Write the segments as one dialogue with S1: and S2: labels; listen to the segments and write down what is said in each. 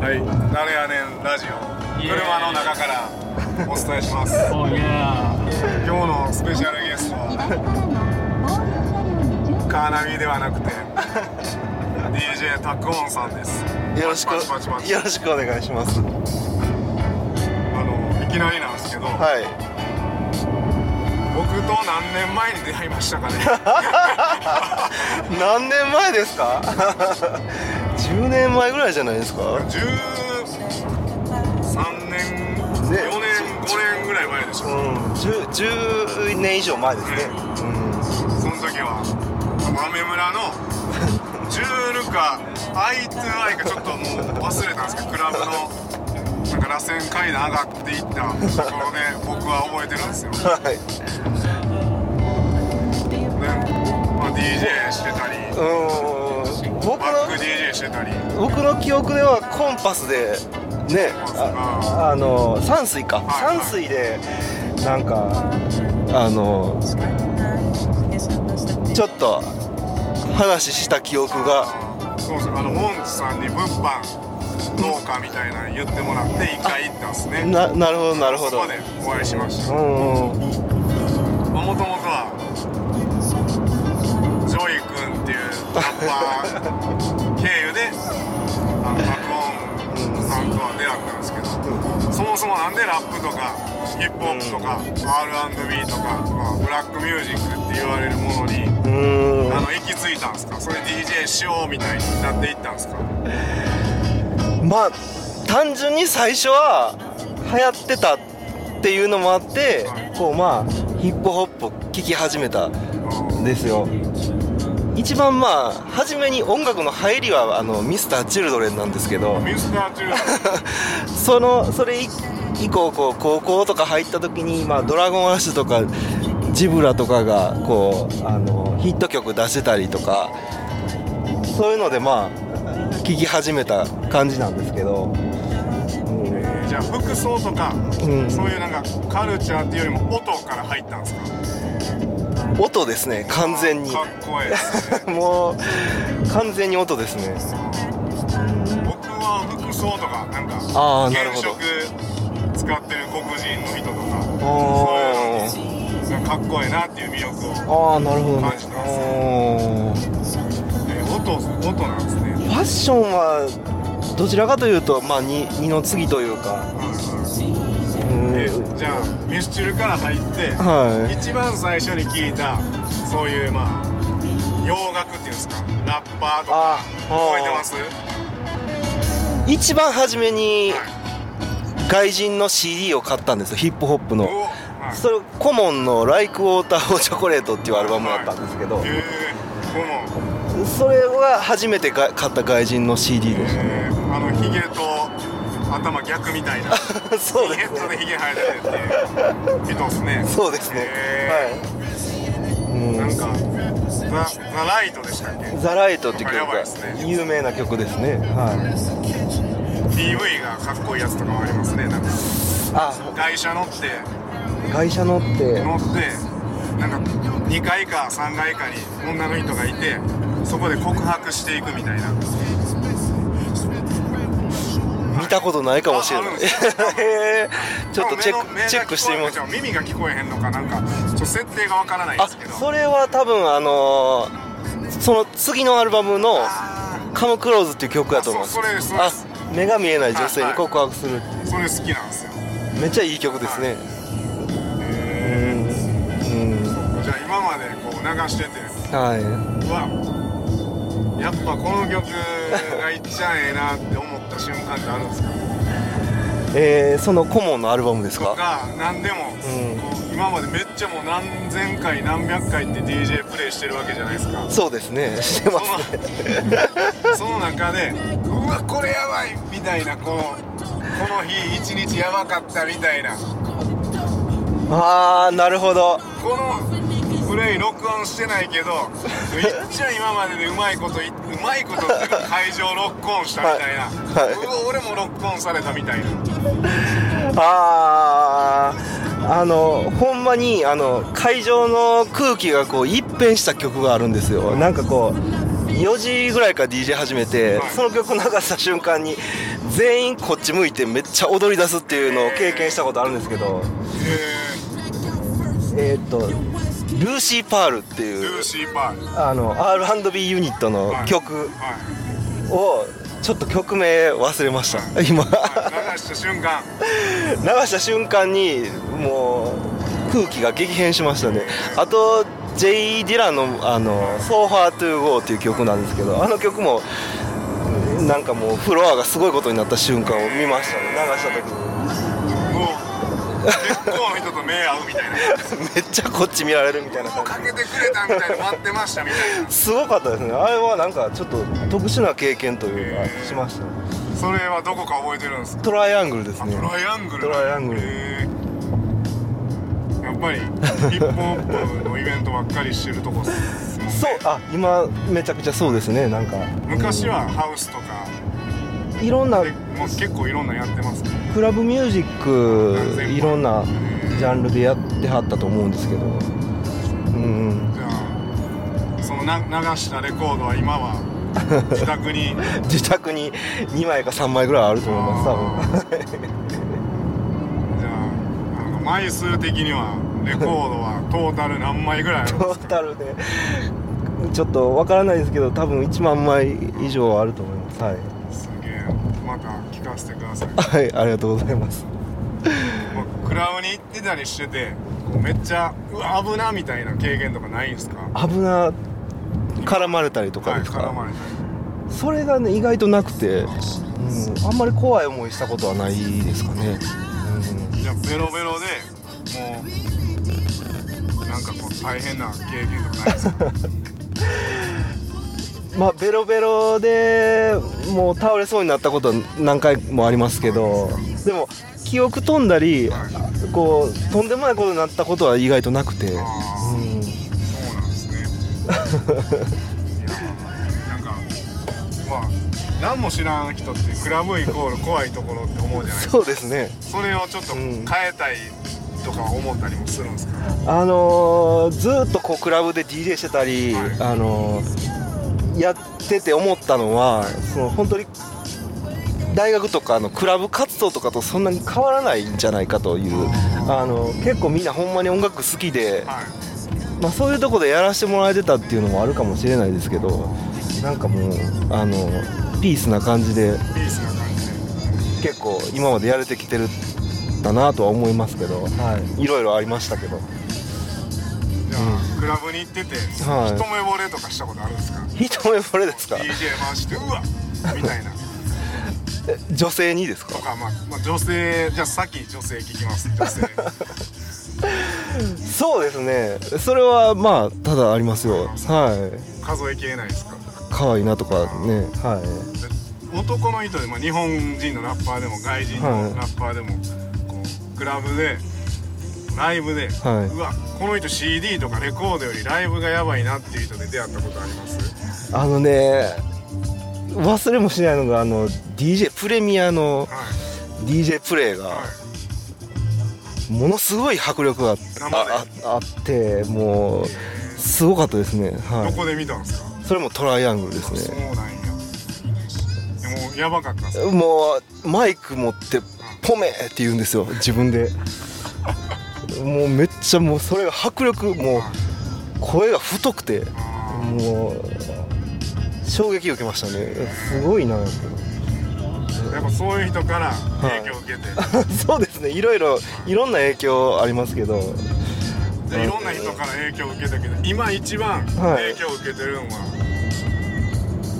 S1: はい
S2: なれやねんラジオ
S3: イエーイ
S2: 車の中からお伝えします
S3: Oh yeah.
S2: 今日のスペシャルゲスト
S4: 左
S2: は
S4: からの合流車両に注意
S2: カーナビではな くて DJ タックオンさんです
S5: よろしく
S2: パチパチパチパチ
S5: よろしくお願いしますは
S2: あのいきなりなんですけど、
S5: い
S2: 僕と何年前に出会いました かね
S5: 何年前ですか 10年前ぐらいじゃないですか
S2: 13年4
S5: ね
S2: 年5年ぐらい前でし
S5: う
S2: ょ
S5: ん 10, 10年以上前ですね
S2: その時は豆村のジュールか I2I かちょっともう忘れたんですけどクラブのなんか螺旋階段上がっていったところで僕は覚えてるんですよで、
S5: うんはい
S2: まあ、DJ してたり
S5: うん僕
S2: バック
S5: の
S2: DJ してたり
S5: 僕の記憶ではコンパスでねああの山水か
S2: はい
S5: 山水でなんかあのちょっと話した記憶が
S2: そうそうあのモンツさんに物販どうかみたいなの言ってもらって一回行ったんですね
S5: ななるほどなるほ
S2: そ
S5: ど
S2: こでお会いしました
S5: うんうん
S2: もともとはジョイ君っていうラッパー経由であの爆音さんとは出会ったんですけどそもそもなんでラップとかヒップホップとか R&B とか、まあ、ブラックミュージックって言われるものに
S5: うーん
S2: あの行き着いたんですかそれ DJ しようみたいになっていったんですか
S5: まあ単純に最初は流行ってたっていうのもあってこうまあヒップホップ聴き始めたんですよ一番まあ初めに音楽の入りはあのミスターチルドレンなんですけど
S2: ミスター・チュー
S5: そのそれ以以降こう高校とか入った時に、まあ、ドラゴンアッシュとかジブラとかがこうあのヒット曲出してたりとかそういうのでまあ聴き始めた感じなんですけど、うん
S2: じゃあ服装とか、
S5: うん
S2: そういうなんかカルチャーっていうよりも音から入ったんですか
S5: 音ですね完全に
S2: かっこいいですね
S5: もう完全に音ですね
S2: 僕は服装とかなんか
S5: あーなる
S2: 原
S5: ほ
S2: 色
S5: ど
S2: 使ってる黒人の人とか
S5: あ
S2: そういうのにかっこいいなっていう魅力を、
S5: ああなるほどね
S2: 感じてます
S5: あー
S2: えー音音なんですね
S5: ファッションはどちらかというと、まあ、に二の次というか、うん
S2: えーじゃあミスチルから入って、
S5: はい
S2: 一番最初に聞いたそういうまあ洋楽っていうんですかラッパーとか
S5: あ
S2: 覚えてます
S5: 一番初めに外人の CD を買ったんですよヒップホップ
S2: お
S5: の
S2: はい
S5: それコモンの「Like Water for Chocolate」っていうアルバムだったんですけど
S2: えーこの
S5: それが初めてが買った外人の CD です
S2: えーあのヒゲと頭逆みたいな
S5: そうで
S2: ヘ
S5: す
S2: ッドで
S5: ね
S2: ヒゲ生えてるっていう人ですね
S5: そうですね
S2: え
S5: はい、
S2: な
S5: うんん
S2: かザ・ザ・ライトでしたっけ
S5: ザライトっていう曲
S2: やばい
S5: が
S2: ですね
S5: 有名な曲ですね。はい。
S2: DV がかっこいいやつとかもありますねなんか
S5: あ、
S2: 外車乗って
S5: 会社乗って。
S2: 乗ってなんか2階か3階かに女の人がいてそこで告白していくみたいな
S5: 見たことないかもしれな
S2: ああ
S5: い
S2: るんですよ。
S5: へえちょっとチェ
S2: でも
S5: ッ
S2: 目の
S5: クチェックしてみます。
S2: 目が聞こえんのちゃう耳が聞こえへんのかなんかちょっと設定がわからないで
S5: あ
S2: すけど、
S5: それは多分あのーその次のアルバムのカムクローズっていう曲だと思うん
S2: あそうそれですそれで
S5: あ
S2: す、
S5: 目が見えない女性に告白する。
S2: それ好きなんですよ
S5: めっちゃいい曲ですね。うん。
S2: じゃあ今までこう流してて
S5: は
S2: うわやっぱこの曲がいっちゃええなって思った瞬間ってあるんですか
S5: い。えー、そのコモンのアルバムです
S2: と
S5: か。
S2: か何でも、
S5: ん
S2: こう今までめっちゃもう何千回何百回って DJ プレイしてるわけじゃないです か
S5: そうですね。して
S2: そ
S5: ますね。
S2: の その中でうわこれやばいみたいなこのこの日一日やばかったみたいな
S5: ああ、なるほど。
S2: このプレイ録音してないけどめっちゃ今まででうまいこというまいことっていうか会場ロックオンしたみたいな、
S5: はいはいう
S2: わ俺もロックオンされたみたいな
S5: あああのほんまにあの会場の空気がこう一変した曲があるんですよなんかこう4時ぐらいから DJ 始めて、
S2: はい
S5: その曲流した瞬間に全員こっち向いてめっちゃ踊り出すっていうのを経験したことあるんですけど
S2: え
S5: えーっとルーシー・パールっ
S2: ー、
S5: て
S2: ル
S5: い
S2: ー
S5: う
S2: シー・パール。
S5: あの R&B ユニットの
S2: はい
S5: 曲
S2: はい。
S5: をちょっと曲名忘れました今
S2: 流した瞬間、
S5: 流した瞬間にもう空気が激変しましたねあと J. ディランの「あの So Far to Go」っていう曲なんですけどあの曲もなんかもうフロアがすごいことになった瞬間を見ましたね流した時に。
S2: もう、結構の人と目合うみたいな。
S5: めっちゃこっち見られるみたいな
S2: もう
S5: 感
S2: かけてくれたみたいな、待ってましたみたいな。
S5: じすごかったですねあれはなんかちょっと特殊な経験というか
S2: へー
S5: しましたね
S2: それはどこか覚えてるんですか
S5: トライアングルです
S2: あ
S5: ね
S2: トライアングル。
S5: トライアングル
S2: へーやっぱり、ヒップホップのイベントばっかりしてるとこっすもんね
S5: そうあ今めちゃくちゃそうですねなんか
S2: 昔はハウスとか、
S5: いろんな
S2: でもう結構いろんなのやってますけど。
S5: クラブミュージックいろんなジャンルでやってはったと思うんですけどうん
S2: じゃあそのな流したレコードは今は自宅 に
S5: 自宅に2枚か3枚ぐらいあると思います多分
S2: じゃああの枚数的にはレコードはトータル何枚ぐらいあるんで
S5: トータルでちょっとわからないですけど多分1万枚以上あると思いますはい、
S2: すかすげえまた聞かせてください、
S5: はい、ありがとうございます
S2: まあクラウに行ってたりしててこうめっちゃうわ危なみたいな経験とかないんすか
S5: 危な絡まれたりとか
S2: はい
S5: ですか、
S2: 絡まれたり
S5: それがね意外となくて、うん、あんまり怖い思いしたことはないですかね、
S2: じゃあベロベロでもうなんかこう大変な経験とかないですか
S5: うん、まあベロベロでもう倒れそうになったことは何回もありますけどでも記憶飛んだりこうとんでもないことになったことは意外となくて、うん、
S2: あーそうなんですね。いや、なんか、まあ、何も知らん人って、クラブイコール怖いところって思うじゃないですか。
S5: そうですね
S2: それをちょっと変えたいとか思ったりもするんですか。
S5: あのーずーっとこうクラブで DJ してたり、
S2: はい
S5: あのーやってて思ったのはその本当に大学とかのクラブ活動とかとそんなに変わらないんじゃないかという、あの結構みんなほんまに音楽好きで、
S2: はい。
S5: まあ、そういうとこでやらせてもらえてたっていうのもあるかもしれないですけどなんかもう、あのピースな感じで
S2: ピースな感じで。
S5: 結構今までやれてきてるんだなとは思いますけど、はい、いろいろありましたけど。
S2: じゃあ、クラブに行ってて、
S5: はい
S2: 一目惚れとかしたことあるんですか。
S5: 一目惚れですか
S2: DJ 回して、うわ、みたいな。
S5: え女性にですか
S2: とか、まあ、まあ、女性、じゃあ、さっき女性聞きます。女 性。
S5: そうですねそれはまあただありますよは
S2: 数えきれないですか。
S5: い可愛いなとかねは
S2: 男の人で、まあ、日本人のラッパーでも外人のラッパーでも、こうクラブでライブで、
S5: はいう
S2: わこの人 CD とかレコードよりライブがやばいなっていう人で出会ったことあります
S5: いあのね忘れもしないのがあの DJ プレミアの
S2: はい
S5: DJ プレイが
S2: はい
S5: ものすごい迫力があああってもうすごかったですねは
S2: ど
S5: い
S2: こで見たんですか、
S5: それもトライアングルです
S2: そう
S5: ね
S2: なんやでもうやばかったんですか
S5: もうマイク持ってポメって言うんですよ自分でもうめっちゃもうそれが迫力もう声が太くて
S2: あ
S5: もう衝撃を受けましたねすごいな
S2: ーやっぱそういう人から影響を受けて、
S5: そうですねいろいろいろんな影響ありますけど
S2: でいろんな人から影響を受けたけど今一番
S5: は
S2: 影
S5: い
S2: 響を受けてるのは、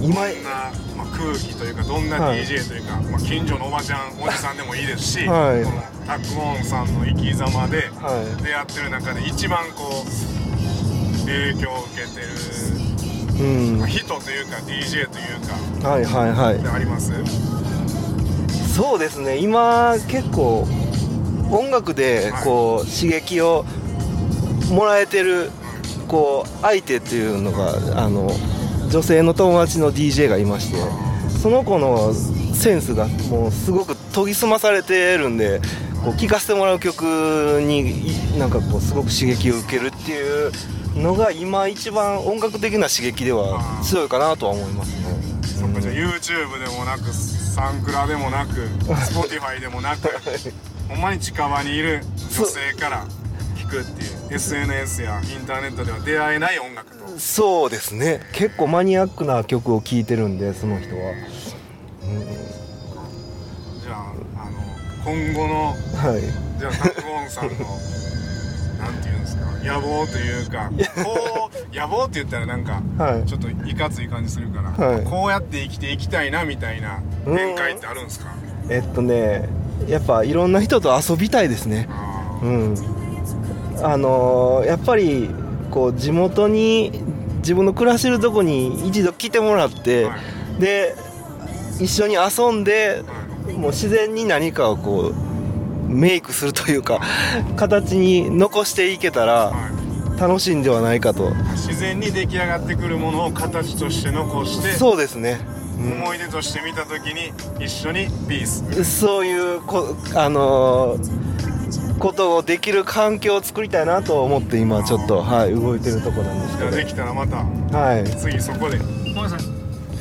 S5: 今
S2: どんな、まあ、空気というかどんな
S5: はい
S2: DJ というか、まあ、近所のおばちゃんおじさんでもいいですし、
S5: はい
S2: このタックオンさんの生き様で
S5: は
S2: 出会ってる中で一番こう影響を受けてる、
S5: い、うん、
S2: ま
S5: は
S2: あ、
S5: い
S2: 人というか DJ というか
S5: はいはい
S2: であります
S5: そうですね今結構音楽でこう刺激をもらえてるこう相手っていうのがあの女性の友達の DJ がいましてその子のセンスがもうすごく研ぎ澄まされてるんでこう聴かせてもらう曲にいなんかこうすごく刺激を受けるっていうのが今一番音楽的な刺激では強いかなとは思いますね
S2: そっかじゃあ YouTube でもなくサンクラでもなく Spotify でもなくほんまに近場にいる女性から聞くっていう SNS やインターネットでは出会えない音楽と
S5: そうですね結構マニアックな曲を聴いてるんでその人は、
S2: じゃああの今後の
S5: うん、はい
S2: じゃあタクオンさんのなんていうんですか野望というかこう野望って言ったらなんか、
S5: はい
S2: ちょっといかつい感じするから、
S5: はい
S2: こうやって生きていきたいなみたいな展開ってあるんですか
S5: えっとねやっぱいろんな人と遊びたいですね
S2: あ
S5: うんあのーやっぱりこう地元に自分の暮らしてるとこに一度来てもらって、
S2: は
S5: で一緒に遊んで
S2: ーはい
S5: もう自然に何かをこうメイクするというか形に残していけたら
S2: はい
S5: 楽しいんではないかと
S2: 自然に出来上がってくるものを形として残して
S5: そうですね、うん
S2: 思い出として見た時に一緒にピース
S5: そういうこあのーことをできる環境を作りたいなと思って今ちょっとはい動いてるとこなんですけ
S2: ができたらまた
S5: どはい
S2: 次そこで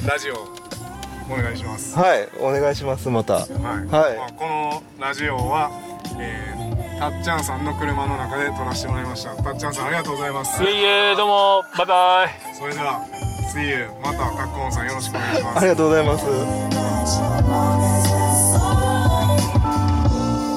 S2: ラジオお願いします
S5: はいお願いしますまた
S2: はい、
S5: はい
S2: まあ、このラジオは、えーたっちゃんさんの車の中で撮らせてもらいましたたっちゃんさんありがとうございます
S1: いえいえどうもバイバイ
S2: それでは See you またかっこんさんよろしくお願いします
S5: ありがとうございます
S3: 「